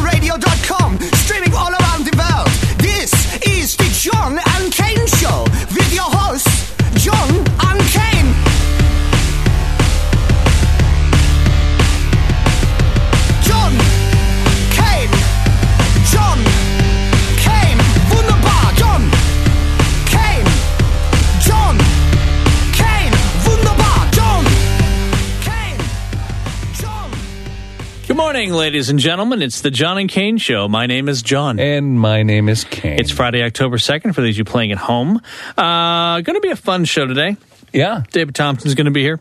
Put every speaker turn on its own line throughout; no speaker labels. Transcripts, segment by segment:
radio.com, streaming all around the world. This is the John and Kane Show with your hosts, John and Kane. John Kane. John Kane. Wunderbar. John Kane. John Kane. Wunderbar. John Kane. John.
Good morning, ladies and gentlemen. It's the John and Kane Show. My name is John.
And my name is Kane.
It's Friday, October 2nd, for those of you playing at home. Uh, going to be a fun show today.
yeah.
David Thompson's going to be here.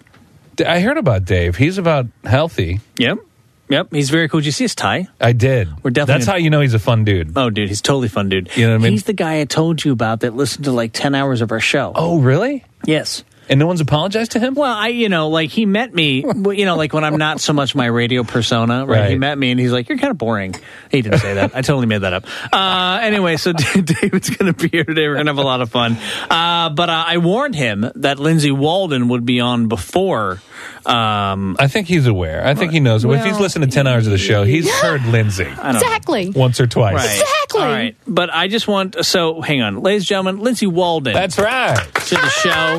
D- I heard about Dave. He's about healthy.
Yep. Yep. He's very cool. Did you see his tie?
I did.
We're definitely-
That's how you know he's a fun dude.
Oh, dude, he's totally fun, dude.
You know what I mean?
He's the guy I told you about that listened to like 10 hours of our show.
Oh, really?
Yes.
And no one's apologized to him?
Well, I, you know, like he met me, you know, like when I'm not so much my radio persona, right? He
Right.
met me and he's like, you're kind of boring. He didn't say that. I totally made that up. Uh, anyway, so David's going to be here today. We're going to have a lot of fun. Uh, but uh, I warned him that Lindsay Walden would be on before. Um,
I think he's aware. I think he knows. if he's
Well,
listened to 10 hours of the show, he's heard Lindsay
I don't know.
Exactly.
once or twice.
Right.
Exactly.
All right. But I just want, so hang on. Ladies and gentlemen, Lindsay Walden
That's right.
to the show.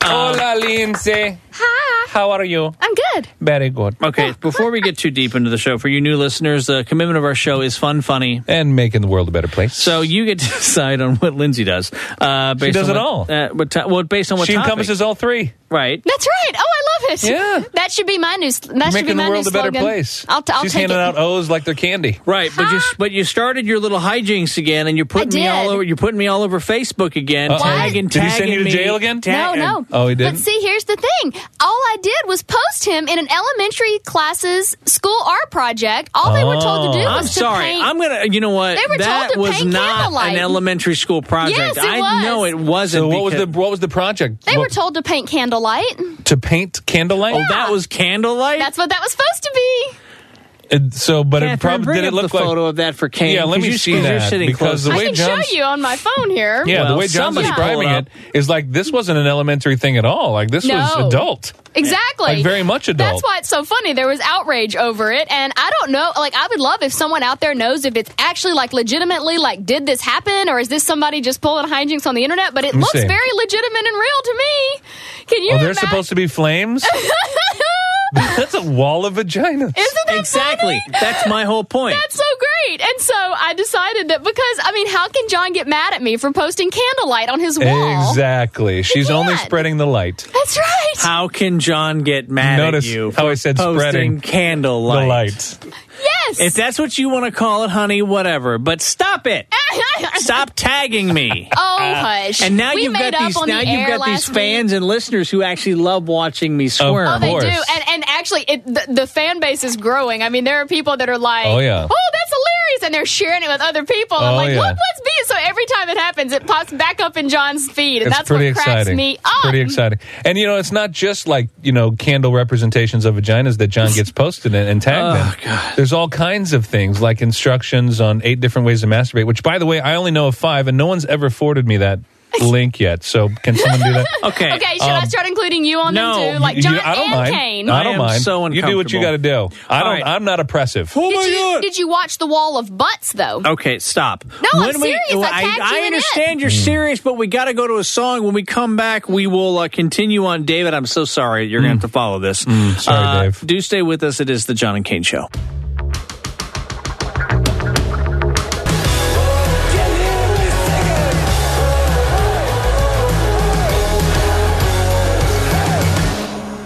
Um,
Hola, Lindsay.
Hi.
How are you?
I'm good.
Very good.
Okay, before we get too deep into the show, for you new listeners, the commitment of our show is fun, funny,
And making the world a better place.
So you get to decide on what Lindsay does. Uh, based
does
on
it
what-
all.
Uh, what ti- well, based on what
she
topic.
encompasses all three.
right.
That's right. Oh, I love it.
Yeah.
That should be my new. That should be
making
my
the world
new
a better
slogan.
place.
I'll, t- I'll
She's
take
handing
it.
out O's like they're candy.
Right, but you but you started your little hijinks again, and you're putting me
did.
all over. You're putting me all over Facebook again.
Uh-oh.
Tagging,
Did he
tagging
send you to
me,
jail again?
No,
tag-
no.
Oh, he didn't?
But see, here's the thing. All I did was post him in an elementary class's school art project. All they were told
Oh.
to do
I'm
was to
sorry.
paint.
I'm gonna. You know what?
They were told
that
to
was
paint
not
candlelight.
an elementary school project.
Yes, it
I
was.
know it wasn't.
So what was the
because-
what was the project?
they were
What-
told to paint candlelight.
to paint candlelight.
Oh, that was candlelight.
That's what that was supposed to be.
And so, but
Catherine,
it probably
bring
did it
up
look
the
like
photo of that for Kane.
Yeah, let
because
me
you,
see
because You're
that,
sitting
because
close.
the
I
way
can
John's-
show you on my phone here.
yeah
well,
the way John's
somebody
describing
pull it
it is like this wasn't an elementary thing at all. Like this was
No.
adult.
Exactly.
Like, very much adult.
That's why it's so funny. There was outrage over it, and I don't know. Like, I would love if someone out there knows if it's actually like legitimately like did this happen, or is this somebody just pulling hijinks on the internet? But it
me
looks
see.
very legitimate and real to me. Can you?
Oh, they're
imagine?
supposed to be flames. That's a wall of vaginas.
Isn't that
exactly. That's my whole point.
That's so great. And so I decided that because I mean, how can John get mad at me for posting candlelight on his wall?
Exactly. She's only
can't.
spreading the light.
That's right.
How can John get mad
Notice
at you?
how
for
I said
posting
spreading
candlelight.
The light.
Yes.
If that's what you want to call it, honey, whatever. But stop it. stop tagging me.
Oh hush!
And now
we
you've
made
got
up
these.
on
Now
the
you've
air
got these
last week.
fans and listeners who actually love watching me squirm.
Oh, they
course.
do, and and actually, it, the, the fan base is growing. I mean, there are people that are like,
Oh, yeah.
oh, that's hilarious," and they're sharing it with other people. I'm
Oh,
like,
yeah.
"Look what's being." So every time it happens, it pops back up in John's feed, and
It's
that's what
pretty
cracks
exciting.
me
It's
up.
Pretty exciting. And you know, it's not just like you know candle representations of vaginas that John gets posted in and tagged
Oh,
in. There's all kinds of things like instructions on eight different ways to masturbate. Which, by the way, I only know of five, and no one's ever forwarded me that link yet. So, can someone do that?
okay.
okay, should I start including you on
no,
them too, like
um, You-
John
I don't
and
mind.
Kane?
I
I
don't
am
mind.
so
you do what you got to
uncomfortable.
do. I
All
don't.
right.
I'm not oppressive. Oh
did you did you watch the wall of butts though?
Okay, stop.
No, I'm serious. I tagged you in it.
understand you're serious, but we got to go to a song. When we come back, we will uh, continue on. David, I'm so sorry. You're going to have to follow this.
Mm, sorry,
Uh,
Dave.
Do stay with us. It is the John and Kane Show.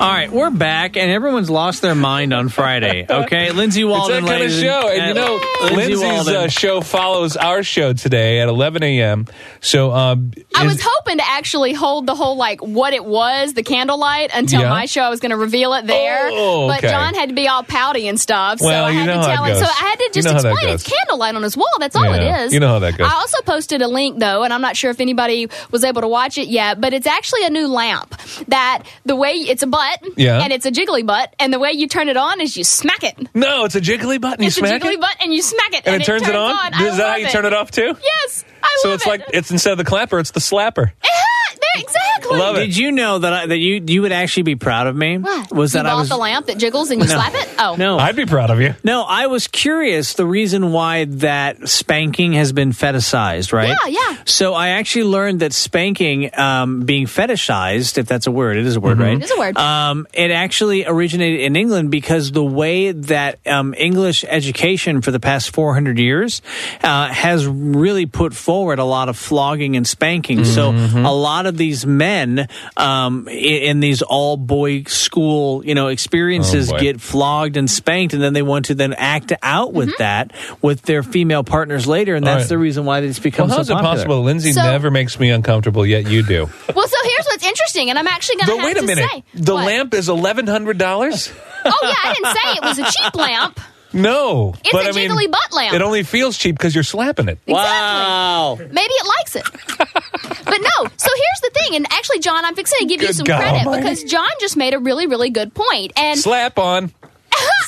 All right, we're back, and everyone's lost their mind on Friday. Okay, Lindsay
It's
Walden.
that kind of
ladies
show. And you know,
Lindsay
Lindsay's
Walden.
uh, show follows our show today at 11 a.m. So, um,
I
is-
was hoping to actually hold the whole like what it was, the candlelight, until
Yeah.
my show. I was going to reveal it there,
Oh,
but
okay.
John had to be all pouty and stuff,
Well,
so I
you
had
know
to
how it
tell him. So
goes.
I had to
You
just
know how that
explain it's
goes.
candlelight on his wall. That's all
Yeah,
it is.
you know how that goes.
I also posted a link though, and I'm not sure if anybody was able to watch it yet, but it's actually a new lamp that the way it's a butt,
Yeah.
and it's a jiggly butt, and the way you turn it on is you smack it.
no, it's a jiggly button. You
it's
smack
a jiggly
it,
butt, and you smack it,
and it turns it on.
I
Is that how
love
you turn it off too?
Yes, I
So
love
it's
it.
like it's instead of the clapper, it's the slapper.
Yeah, there- Exactly.
Love it.
Did you know that I, that you you would actually be proud of me?
What?
Was
you
that I
bought
was
the lamp that jiggles and you slap it? Oh.
no
I'd be proud of you.
no I was curious the reason why that spanking has been fetishized, right?
Yeah, yeah.
So I actually learned that spanking, um, being fetishized, if that's a word, it is a word,
Mm-hmm.
right?
It is a word.
Um, it actually originated in England because the way that um, English education for the past 400 years uh, has really put forward a lot of flogging and spanking.
Mm-hmm.
So a lot of these men um, i- in these all boy school, you know, experiences
Oh, boy.
get flogged and spanked, and then they want to then act out with
Mm-hmm.
that with their female partners later, and
All
that's
right.
the reason why it's become
Well,
so
how is it
popular.
possible? Lindsay
So-
never makes me uncomfortable, yet you do.
Well, so here's what's interesting, and I'm actually going to
but
have
wait a
to
minute.
say
The
What?
lamp is eleven hundred dollars.
Oh yeah, I didn't say it was a cheap lamp.
No,
It's
but
a
I mean,
jiggly butt lamp.
It only feels cheap because you're slapping it.
Wow.
Maybe it likes it. but no. So here's the thing, and actually, John, I'm fixing to give you
Good
some
God
credit
almighty.
because John just made a really, really good point. And
Slap on,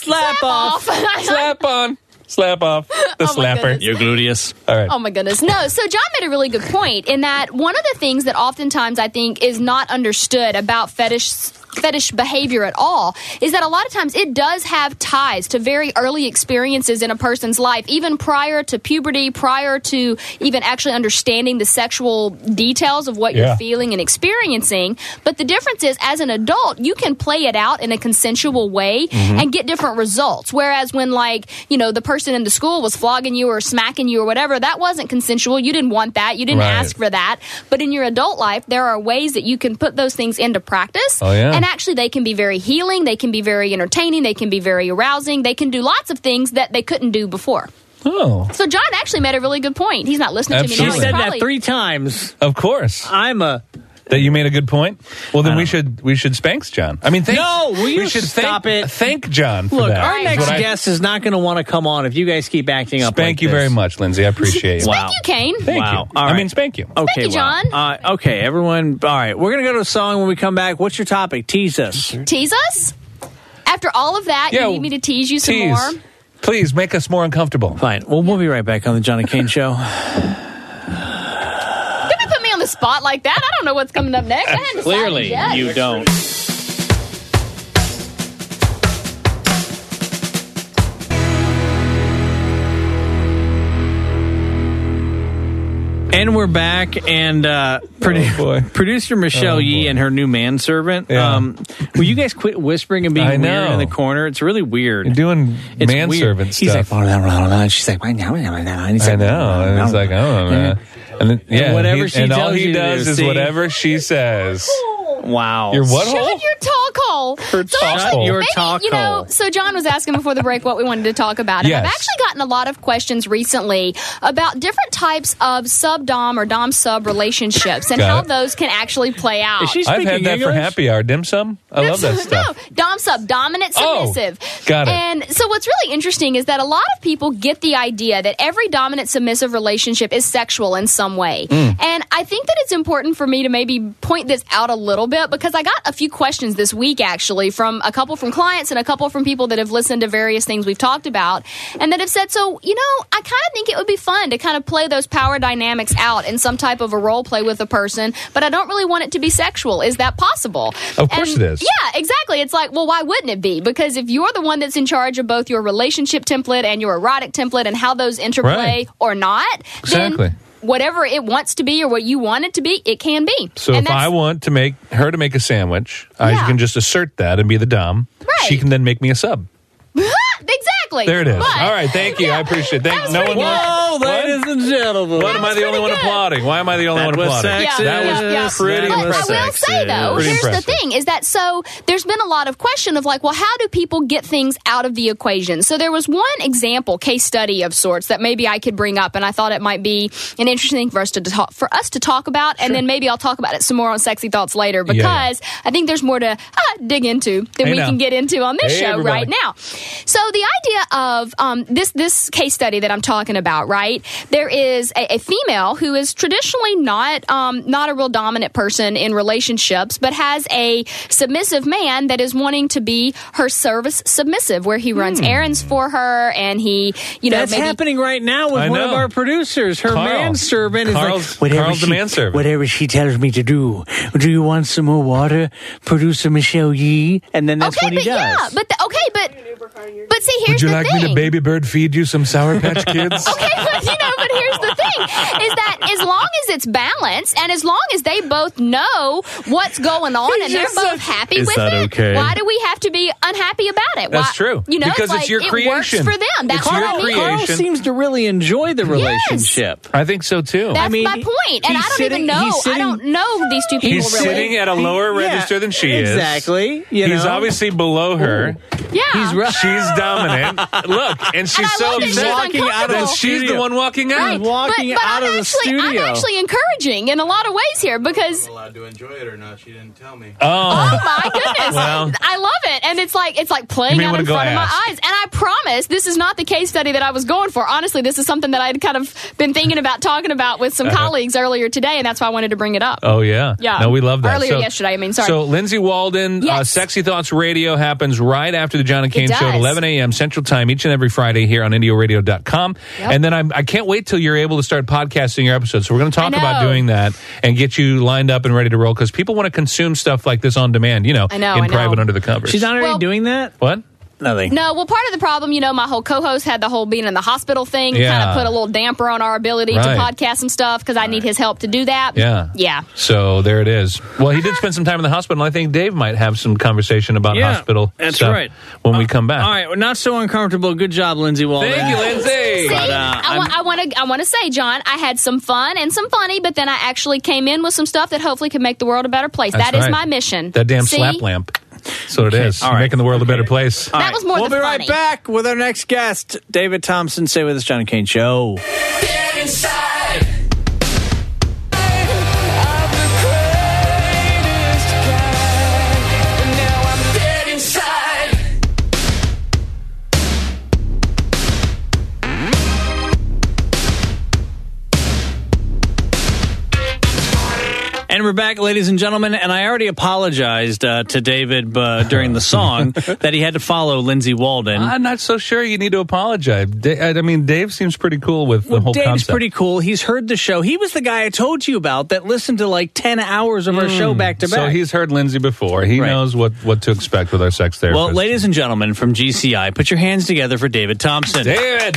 Slap
off.
slap on, slap off the
Oh, my
slapper.
goodness.
Your gluteus.
All right.
Oh my goodness. No. So John made a really good point in that one of the things that oftentimes I think is not understood about fetish fetish behavior at all is that a lot of times it does have ties to very early experiences in a person's life even prior to puberty prior to even actually understanding the sexual details of what
Yeah.
you're feeling and experiencing but the difference is as an adult you can play it out in a consensual way
Mm-hmm.
and get different results whereas when like you know the person in the school was flogging you or smacking you or whatever that wasn't consensual you didn't want that you didn't
Right.
ask for that but in your adult life there are ways that you can put those things into practice
Oh, yeah.
and actually they can be very healing they can be very entertaining they can be very arousing they can do lots of things that they couldn't do before
Oh,
so john actually made a really good point he's not listening to
She
me now
Absolutely.
he's
said that
probably
three times.
Oh, of course.
I'm a
That you made a good point. Well, then we
don't-
should we should spanks John. I mean, thank,
No, will you
we should
stop
thank,
it?
Thank John. For
Look,
that.
our
Right.
next
But I-
guest is not going to want to come on if you guys keep acting up.
Spank
like
you
this.
very much, Lindsay. I appreciate it.
Wow.
thank you kane
Thank
Wow.
you.
All
I
right. Oh,
mean, spank you.
Okay,
Thank you,
wow.
John.
Uh, okay, everyone. All right, we're going to go to a song when we come back. What's your topic? Tease us.
tease us after all of that
Yeah,
you need me to tease you some
Tease.
more
Please make us more uncomfortable.
Fine. Well, we'll be right back on the John and Kane Show.
Don't put me on the spot like that. I don't know what's coming up next. I hadn't decided yet.
don't. And we're back, and uh, produ-
Oh, boy.
producer Michelle
Oh,
Yee
boy.
and her new manservant.
Yeah.
Um, will you guys quit whispering and being
I
weird
know.
in the corner? It's really weird.
You're doing
It's
manservant
weird.
stuff.
He's like, "Oh, blah, blah, blah, blah," and she's like, "Why now, now, now," and he's
I
like,
know. And it's like, oh, man. And then, yeah,
whatever
he-
she
and all
tells
he
you to
does
do,
is
see?
whatever she says.
wow,
Your what hole?
John, your talk hole.
Her talk
actually,
hole.
Your
maybe,
talk
you know,
hole.
so John was asking before the break what we wanted to talk about. And I've
Yes.
actually gotten a lot of questions recently about different types of sub-dom or dom-sub relationships and
Got
how
it.
those can actually play out.
Is she
I've
speaking
had that
English?
for happy hour. Dim sum? I love that stuff.
No, dom sub, dominant
Oh,
submissive.
got it.
And so what's really interesting is that a lot of people get the idea that every dominant submissive relationship is sexual in some way.
Mm.
And I think that it's important for me to maybe point this out a little bit because I got a few questions this week actually from a couple from clients and a couple from people that have listened to various things we've talked about and that have said, so, you know, I kind of think it would be fun to kind of play those power dynamics out in some type of a role play with a person, but I don't really want it to be sexual. Is that possible?
Of course
And-
it is.
Yeah, exactly. It's like, well, why wouldn't it be? Because if you're the one that's in charge of both your relationship template and your erotic template and how those interplay
Right.
or not,
Exactly.
then whatever it wants to be or what you want it to be, it can be.
So
And
if I
that's-
want to make her to make a sandwich, I
Yeah.
can just assert that and be the dom.
Right.
She can then make me a sub.
Ah, exactly.
There it is.
But-
All right, thank you. I appreciate it. Thank,
was
no one
pretty
Whoa,
What?
ladies and gentlemen.
What am I the
pretty
only one
good.
applauding? Why am I the only one
That was
applauding?
sexist.
Yeah,
That was
yeah, yeah.
pretty
That
but
was
impressive.
I will say though,
Pretty
here's
impressive.
the thing: is that so? There's been a lot of question of like, well, how do people get things out of the equation? So there was one example case study of sorts that maybe I could bring up, and I thought it might be an interesting thing for us to talk for us to talk about, and then maybe I'll talk about it some more on sexy thoughts later
Yeah, yeah.
because I think there's more to uh, dig into than
Hey,
we
now.
can get into on this
Hey,
show
everybody.
right now. So the idea of um, this this case study that I'm talking about, right? right? There is a, a female who is traditionally not um, not a real dominant person in relationships, but has a submissive man that is wanting to be her service submissive, where he runs errands for her and he, you know,
Hmm. That's
maybe
happening right now with
I
one of
know.
our producers. Her
Carl.
manservant is
Carl's-
like, whatever
Carl's the
she,
manservant."
Whatever she tells me to do. Do you want some more water, producer Michelle Yee? And then that's
okay,
what he
but
does.
yeah, but the, okay, but but see,
Would
here's
you
the
like
thing.
me to baby bird feed you some Sour Patch Kids?
okay, but you know, but here's the thing: is that as long as it's balanced, and as long as they both know what's going on, and they're both happy
Is
with
that
it,
okay?
why do we have to be unhappy about it?
That's
Why-
true.
You know,
Because
like,
it's your
it
creation.
works for them. That's
It's your
what I mean.
Carl
creation.
seems to really enjoy the relationship.
I think so too.
That's
I mean,
my point, and I
he's
don't
sitting-
even know.
he's
I
sitting-
don't know these two people
He's
really.
sitting at a lower
Yeah,
register than she is.
exactly, you
He's
know?
obviously below her.
yeah,
He's right.
She's dominant. Look, and she's
And I
so
love that she's
upset.
walking out of
uncomfortable.
the
Then she's the
studio.
one walking out.
Right.
walking
but, but
out
I'm
of the
actually,
studio.
I'm actually encouraging in a lot of ways here because
allowed to enjoy it or not. She didn't tell me.
Oh,
Oh my goodness!
Well.
I love it, and it's like it's like
You
playing
may
out
wanna
in
go
front of
ask.
my eyes. And I promise, this is not the case study that I was going for. Honestly, this is something that I'd kind of been thinking about talking about with
Uh-huh.
some colleagues earlier today, and that's why I wanted to bring it up.
oh yeah.
Yeah.
No, we love that.
Earlier
so,
yesterday, I mean, sorry.
So Lindsay Walden, uh,
Yes.
Sexy Thoughts Radio happens right after the John and Kane
It
show at
does.
11 a.m. Central Time each and every Friday here on IndioRadio.com.
Yep.
And then I'm, I can't wait till you're able to start podcasting your episodes. So we're going to talk
I
about
know.
doing that and get you lined up and ready to roll because people want to consume stuff like this on demand, you know,
I know,
in
I know.
private under the covers.
She's not already
Well-
doing that?
what?
Nothing.
No, well, part of the problem, you know, my whole co-host had the whole being in the hospital thing,
Yeah.
kind of put a little damper on our ability to
Right.
podcast and stuff because I need his help to do that.
Yeah.
yeah.
So there it is. Well, he did spend some time in the hospital. and I think Dave might have some conversation about
Yeah,
hospital
that's
stuff
right. Uh,
when we come back.
All right, we're not so uncomfortable. Good job, Lindsay Walden.
Thank you, Lindsay.
See,
But, uh,
I, wa- I want to. I want to say, John, I had some fun and some funny, but then I actually came in with some stuff that hopefully could make the world a better place.
That's
That is
right.
my mission.
That damn
See?
slap lamp. So it is.
all
You're
right.
making the world a better place.
All
That was more
We'll
the
be
funny.
right back with our next guest, David Thompson. Stay with us, John and Kane Show. And we're back, ladies and gentlemen. And I already apologized uh, to David uh, during the song that he had to follow Lindsay Walden.
I'm not so sure you need to apologize. Da- I I mean, Dave seems pretty cool with the
Well,
whole
Dave's
concept.
pretty cool. He's heard the show. He was the guy I told you about that listened to like 10 hours of our show back to back.
so he's heard Lindsay before. He
Right.
knows what, what to expect with our sex therapist.
Well, ladies and gentlemen from GCI, put your hands together for David Thompson.
David,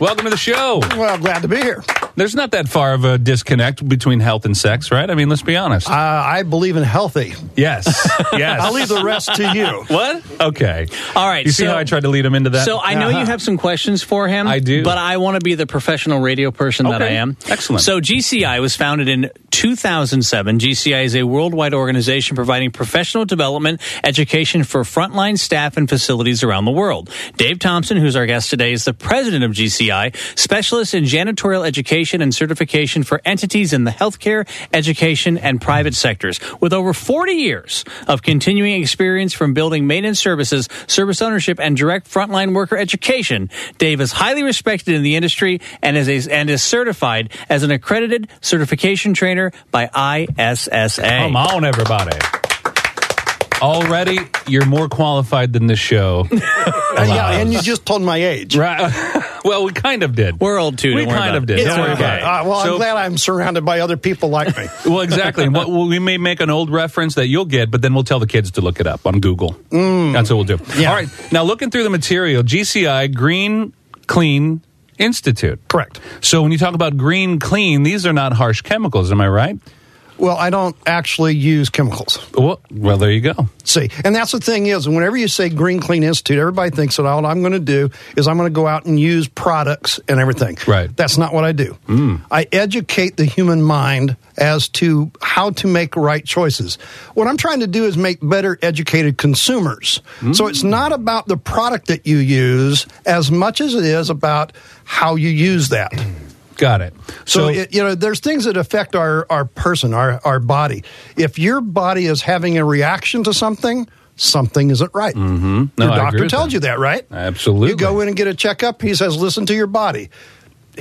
welcome to the show.
Well, I'm glad to be here.
There's not that far of a disconnect between health and sex, right? I mean, let's be honest.
Uh, I believe in healthy.
yes, yes.
I'll leave the rest to you.
Uh,
What? Okay.
All right,
You see
so-
how I tried to lead him into that? Uh-huh.
So I know you have some questions for him.
I do.
But I want to be the professional radio person that
Okay.
I am.
Excellent.
So GCI was founded in 2007. GCI is a worldwide organization providing professional development education for frontline staff and facilities around the world. Dave Thompson, who's our guest today, is the president of GCI, specialist in janitorial education and certification for entities in the healthcare, education, and private sectors. With over 40 years of continuing experience from building maintenance services, service ownership, and direct frontline worker education, Dave is highly respected in the industry and is, a, and is certified as an accredited certification trainer by ISSA.
Come on, everybody. Already, you're more qualified than this show.
And, yeah, and you just told my age.
right. well, we kind of did.
We're old too.
We
don't worry about
kind of
it.
did.
It's
Don't worry
okay.
about it.
Uh, well,
So-
I'm glad I'm surrounded by other people like me.
Well, exactly. And what, well, we may make an old reference that you'll get, but then we'll tell the kids to look it up on Google.
Mm.
That's what we'll do. All right. Now, looking through the material, GCI Green Clean Institute.
Correct.
So, when you talk about green clean, these are not harsh chemicals. Am I right?
Well, I don't actually use chemicals.
Well, well there you go.
See, and that's the thing is, whenever you say Green Clean Institute, everybody thinks that all I'm going to do is I'm going to go out and use products and everything.
Right.
That's not what I do. I educate the human mind as to how to make right choices. What I'm trying to do is make better educated consumers. So it's not about the product that you use as much as it is about how you use that.
Got it.
So, it, you know, there's things that affect our our person, our our body. If your body is having a reaction to something, something isn't right. Mm-hmm.
No,
your
I agree
doctor
with
tells
that.
you that, right?
Absolutely.
You go in and get a checkup. He says, "Listen to your body."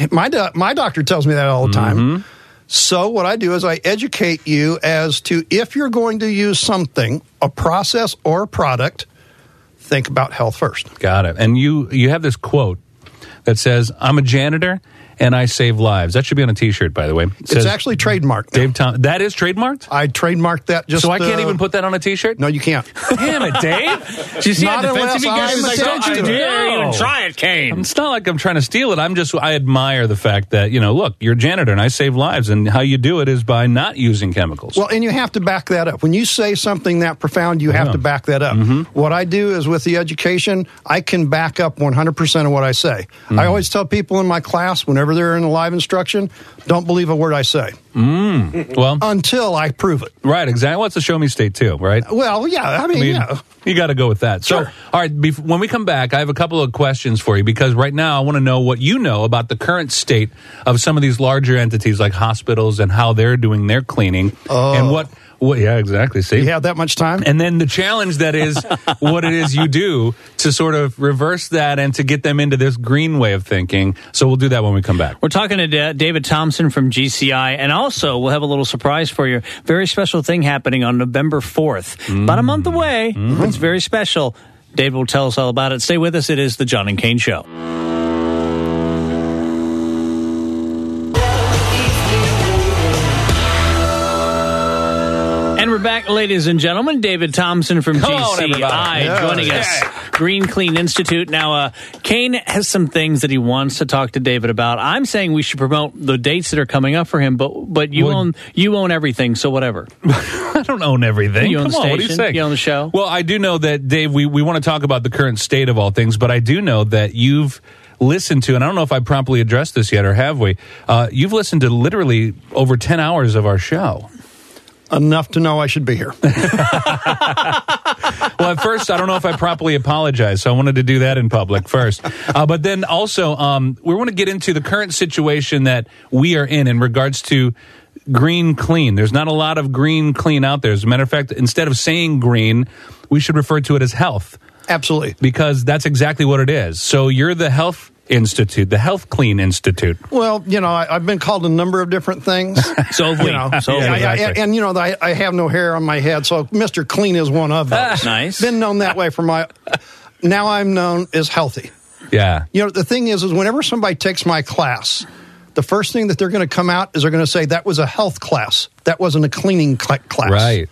my do- my doctor tells me that all the time.
Mm-hmm.
So what I do is I educate you as to if you're going to use something, a process or a product, think about health first.
Got it. And you you have this quote that says, "I'm a janitor and I save lives." That should be on a T-shirt, by the way. It
it's
says,
actually trademarked. now.
Dave Tom. That is trademarked.
I trademarked that just
so I can't
uh,
even put that on a T-shirt.
No, you can't.
Damn it, Dave.
Do you see
Not
how defensive
unless
he gets?
I'm
He's like, don't you
attentive.
dare
No.
even try it, Kane.
It's not like I'm trying to steal it. I'm just I admire the fact that you know, look, you're a janitor and I save lives, and how you do it is by not using chemicals.
Well, and you have to back that up. When you say something that profound, you have to back that up. What I do is with the education, I can back up 100% of what I say. I always tell people in my class, whenever they're in a live instruction, don't believe a word I say
well,
until I prove it.
right, exactly. Well, it's a show me state too, right?
Well, Uh, yeah, I mean,
I mean,
yeah.
you got to go with that. So,
Sure.
all right, bef- when we come back, I have a couple of questions for you because right now I want to know what you know about the current state of some of these larger entities like hospitals and how they're doing their cleaning
Oh.
and what, what, yeah, exactly. See?
You have that much time?
And then the challenge that is what it is you do to sort of reverse that and to get them into this green way of thinking. So we'll do that when we come back.
We're talking to Da- David Thompson from GCI, and also we'll have a little surprise for you. Very special thing happening on November 4th. About a month away. It's very special. David will tell us all about it. Stay with us. It is the John and Kane Show. And we're back, ladies and gentlemen. David Thompson from
Come on,
GCI
everybody.
joining us. Green Clean Institute. Now, uh, Kane has some things that he wants to talk to David about. I'm saying we should promote the dates that are coming up for him, but but you
Would-
own you own everything, so whatever.
I don't own everything.
You own
Come
the
on, what do you
station?
think?
You own the show?
Well, I do know that, Dave, we, we want to talk about the current state of all things, but I do know that you've listened to, and I don't know if I promptly addressed this yet or have we, uh, you've listened to literally over 10 hours of our show.
Enough to know I should be here.
Well, at first, I don't know if I properly apologized, so I wanted to do that in public first. Uh, but then also, um, we want to get into the current situation that we are in in regards to green clean. There's not a lot of green clean out there. As a matter of fact, instead of saying green, we should refer to it as health.
Absolutely.
because that's exactly what it is. So you're the health institute, the health clean institute.
Well, you know, I, I've been called a number of different things.
So have
you
we.
know,
So have
I-
we.
I-
exactly.
and you know, I, I have no hair on my head, so Mister Clean is one of those.
nice.
Been known that way for my. Now I'm known as healthy.
Yeah.
You know, the thing is, is whenever somebody takes my class, the first thing that they're going to come out is they're going to say that was a health class, that wasn't a cleaning cl- class.
Right.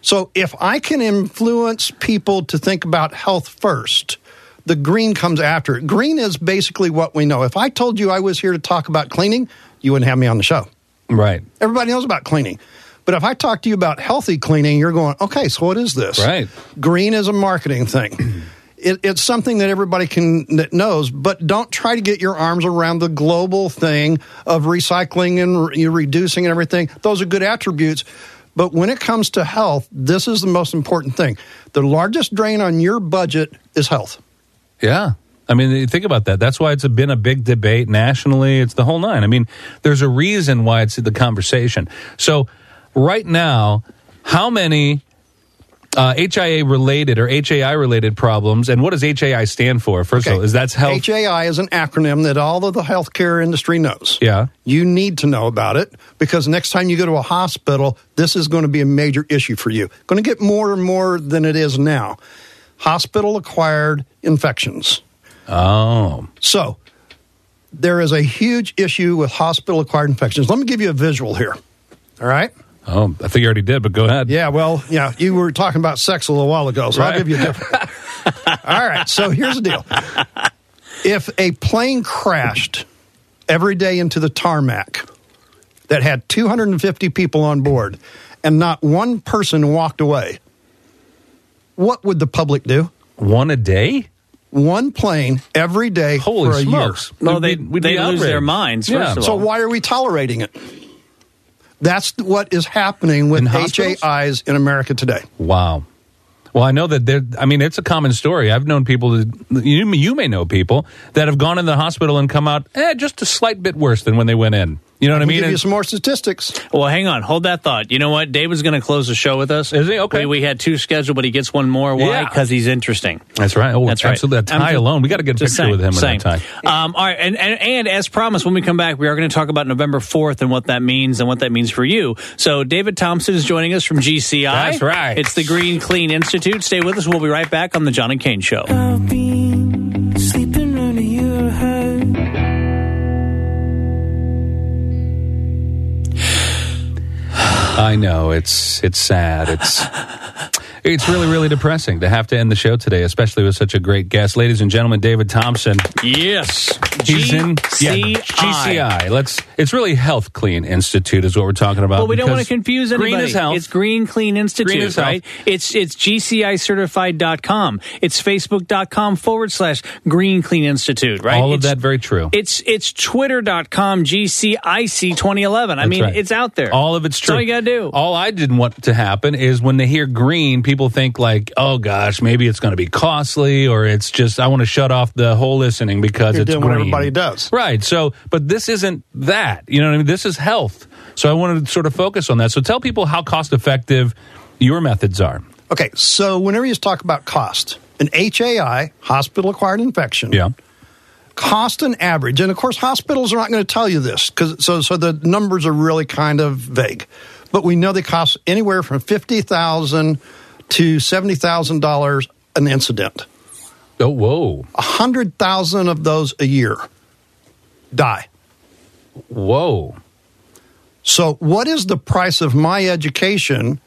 So if I can influence people to think about health first, the green comes after it. Green is basically what we know. If I told you I was here to talk about cleaning, you wouldn't have me on the show.
Right.
Everybody knows about cleaning. But if I talk to you about healthy cleaning, you're going, okay, so what is this?
Right.
Green is a marketing thing. It, it's something that everybody can that knows, but don't try to get your arms around the global thing of recycling and re- reducing and everything. Those are good attributes, but when it comes to health, this is the most important thing. The largest drain on your budget is health.
Yeah. I mean, you think about that. That's why it's been a big debate nationally. It's the whole nine. I mean, there's a reason why it's the conversation. So, right now, how many uh, HIA related or HAI related problems, and what does HAI stand for? First of all, is that's health?
HAI is an acronym that all of the healthcare industry knows.
yeah.
You need to know about it because next time you go to a hospital, this is going to be a major issue for you. Going to get more and more than it is now. Hospital acquired infections.
Oh,
So, there is a huge issue with hospital acquired infections. Let me give you a visual here. All right?
oh, I think you already did, but go ahead.
Yeah, well, yeah, you were talking about sex a little while ago, so
Right.
I'll give you a different. All right, so here's the deal. If a plane crashed every day into the tarmac that had 250 people on board and not one person walked away, what would the public do?
One a day?
One plane every day
Holy
for a
smokes!
year.
No,
We'd
they-
be- we'd
they
be
lose their
outraged.
minds, first of all.
So why are we tolerating it? That's what is happening with
In hospitals?
HAIs in America today.
Wow. Well, I know that there. I mean, it's a common story. I've known people. That, you you may know people that have gone in the hospital and come out eh, just a slight bit worse than when they went in. You You know what I
We'll
mean?
Give you
And-
some more statistics.
Well, hang on, hold that thought. You know what? David's going to close the show with us.
Is he? Okay.
We, we had two scheduled, but he gets one more. Why?
Yeah.
Because he's interesting.
That's right. Oh,
That's
that's
right.
absolutely. That
I'm
tie
just-
alone. We got to get a picture
Just saying,
with him
saying.
in that tie.
Um, all right, and, and and as promised, when we come back, we are going to talk about November fourth and what that means and what that means for you. So David Thompson is joining us from GCI.
That's right.
It's the Green Clean Institute. Stay with us. We'll be right back on the John and Kane Show.
I've been sleeping under your house.
I know it's it's sad. It's it's really really depressing to have to end the show today, especially with such a great guest, ladies and gentlemen. David Thompson.
Yes,
He's in yeah,
GCI.
GCI. Let's. It's really Health Clean Institute is what we're talking about.
Well, we don't
because
want to confuse anybody.
Green is health.
It's Green Clean Institute,
Green is health.
right? It's it's gcicertified.com. It's facebook.com forward slash Green Clean Institute, right?
All of
It's-
that very true.
It's it's twitter.com GCIC 2011. I mean,
That's right.
it's out there.
All of it's
That's
true.
all you got to do.
All I didn't want to happen is when they hear green, people think like, "Oh gosh, maybe it's going to be costly, or it's just I want to shut off the whole listening because
You're
it's
doing what
green.
everybody does.
right?" So, but this isn't that. You know what I mean? This is health. So I wanted to sort of focus on that. So tell people how cost effective your methods are.
Okay, so whenever you talk about cost, an HAI, hospital acquired infection,
Yeah.
cost an average, and of course, hospitals are not going to tell you this because so so the numbers are really kind of vague, but we know they cost anywhere from fifty thousand to seventy thousand dollars an incident.
Oh whoa,
A hundred thousand of those a year die.
whoa.
So, what is the price of my education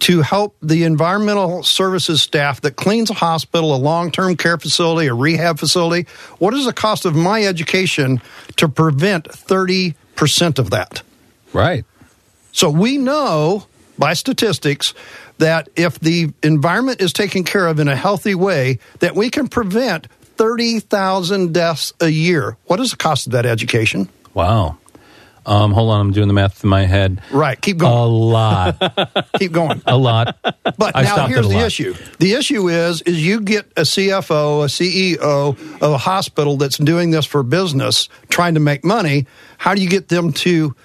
to help the environmental services staff that cleans a hospital, a long term care facility, a rehab facility? What is the cost of my education to prevent 30% of that?
Right.
So, we know by statistics that if the environment is taken care of in a healthy way, that we can prevent 30,000 deaths a year. What is the cost of that education?
Wow. Um, hold on, I'm doing the math in my head.
Right, keep
A
going,
lot,
keep going.
a lot.
But
I
now
stopped
here's
it a
the
lot.
issue. The issue is is you get a CFO, a CEO of a hospital that's doing this for business, trying to make money. How do you get them to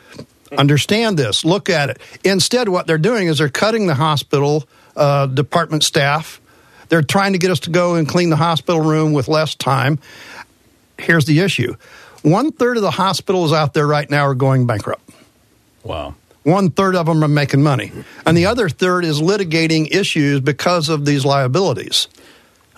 understand this? Look at it. Instead, what they're doing is they're cutting the hospital uh, department staff. They're trying to get us to go and clean the hospital room with less time. Here's the issue: one third of the hospitals out there right now are going bankrupt.
Wow.
One third of them are making money, and the other third is litigating issues because of these liabilities.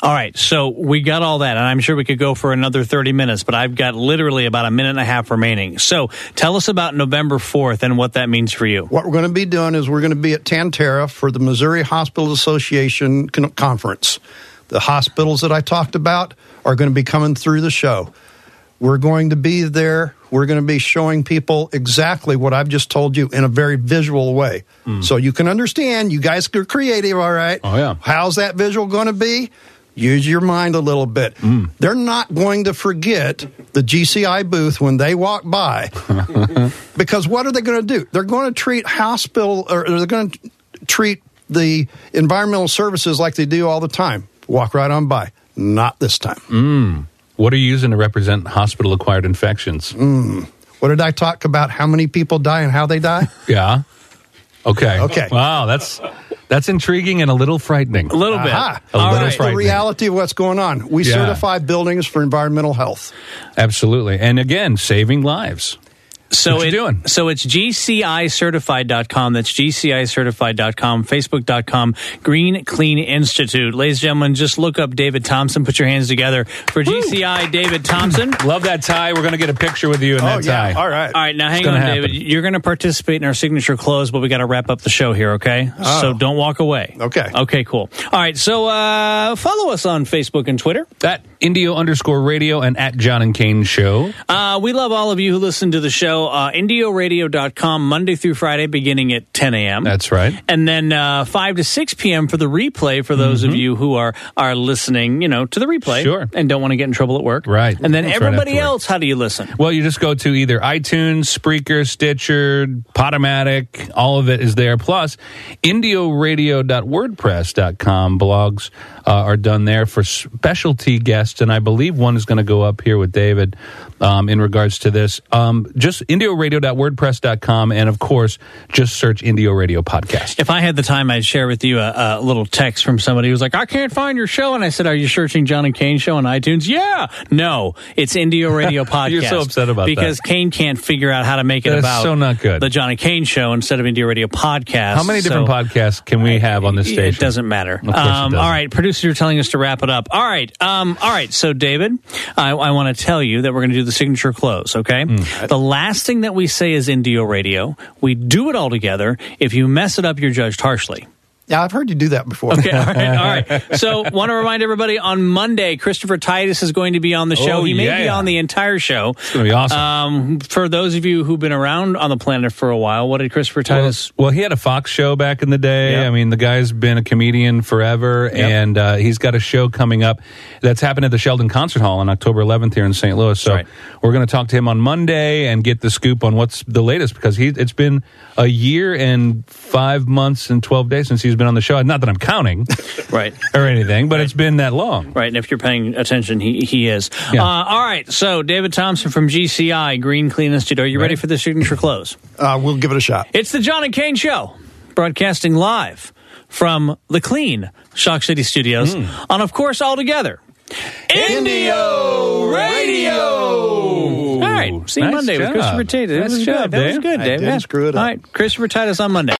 All right, so we got all that, and I'm sure we could go for another 30 minutes, but I've got literally about a minute and a half remaining. So tell us about November 4th and what that means for you.
What we're going to be doing is we're going to be at Tantera for the Missouri Hospital Association con- conference. The hospitals that I talked about are going to be coming through the show. We're going to be there. We're going to be showing people exactly what I've just told you in a very visual way. So you can understand, you guys are creative, all right?
Hmm. Oh, yeah.
How's that visual going to be? Use your mind a little bit.
Hmm.
They're not going to forget the GCI booth when they walk by. Because what are they going to do? They're going to treat hospital or they're going to treat the environmental services like they do all the time. Walk right on by. Not this time.
Mm.
What are you using to represent hospital acquired infections?
What did I talk about? How many people die and how they die?
Yeah. Okay.
Okay.
Wow, that's that's intriguing and a little frightening.
A little bit.
Aha.
A
All
little
right.
the
frightening.
reality of what's going on. We
Yeah.
certify buildings for environmental health.
Ah, Absolutely. And again, saving lives.
So
What you
it-
doing?
So it's gcicertified.com. That's gcicertified.com, facebook.com, Green Clean Institute. Ladies and gentlemen, just look up David Thompson. Put your hands together for GCI David Thompson.
Love that tie. We're going to get a picture with you in that tie.
Oh, All right.
All right, now hang
gonna
on,
happen.
David. You're going to participate in our signature close, but we got to wrap up the show here, okay?
Oh.
So don't walk away.
Okay.
Okay, cool. All right, so uh, follow us on Facebook and Twitter.
That Indio underscore radio and at John and Kane show.
Uh, we love all of you who listen to the show. Uh, indioradio.com, Monday through Friday, beginning at 10 a.m.
That's right.
And then uh, 5 to 6 p.m. for the replay for those of you who are, are listening, you know, to the replay
Mm-hmm. Sure.
and don't want to get in trouble at work.
Right.
And then
That's right
everybody
afterward.
else, how do you listen?
Well, you just go to either iTunes, Spreaker, Stitcher, Podomatic, all of it is there. Plus, indioradio.wordpress.com blogs uh, are done there for specialty guests, and I believe one is going to go up here with David um, in regards to this. Um, just indioradio.wordpress.com, and of course, just search Indio Radio Podcast.
If I had the time, I'd share with you a, a little text from somebody who was like, I can't find your show. And I said, Are you searching John and Kane show on iTunes? Yeah. No, it's Indio Radio Podcast.
You're so upset about that.
Because Kane can't figure out how to make it
That's
about
so not good.
the John and Kane show instead of Indio Radio Podcast.
How many different
So-
podcasts can we have on this station?
It doesn't matter.
course it
Um,
doesn't.
All right, producer, you're telling us to wrap it up. All right, um, all right. So, David, I, I want to tell you that we're going to do the signature close. Okay, the last thing that we say is Indio Radio. We do it all together. If you mess it up, you're judged harshly.
Yeah, I've heard you do that before.
Okay, all right, all right. So, want to remind everybody on Monday, Christopher Titus is going to be on the show.
Oh,
he may be
yeah.
on the entire show.
It's going to be awesome.
Um, for those of you who've been around on the planet for a while, what did Christopher Titus?
Well, well, he had a Fox show back in the day.
Yeah.
I mean, the guy's been a comedian forever, and uh, he's got a show coming up that's happened at the Sheldon Concert Hall on October 11th here in St. Louis. So
That's right.
we're going to talk to him on Monday and get the scoop on what's the latest because he it's been a year and five months and 12 days since he's been on the show. Not that I'm counting
Right.
or anything, but it's been that long.
Right, and if you're paying attention, he, he is.
Yeah.
Uh, all right, so David Thompson from GCI, Green Clean Institute, are you ready
Right.
for the signature close?
Uh, we'll give it a shot.
It's the John and Kane Show, broadcasting live from the clean Shock City Studios on, of course, All Together. Indio Radio! All right, see you
Nice
Monday
job.
with Christopher Titus. That
Nice
was
job,
good. That was
Dave.
good,
I
David.
didn't screw it up.
All right, Christopher Titus on Monday.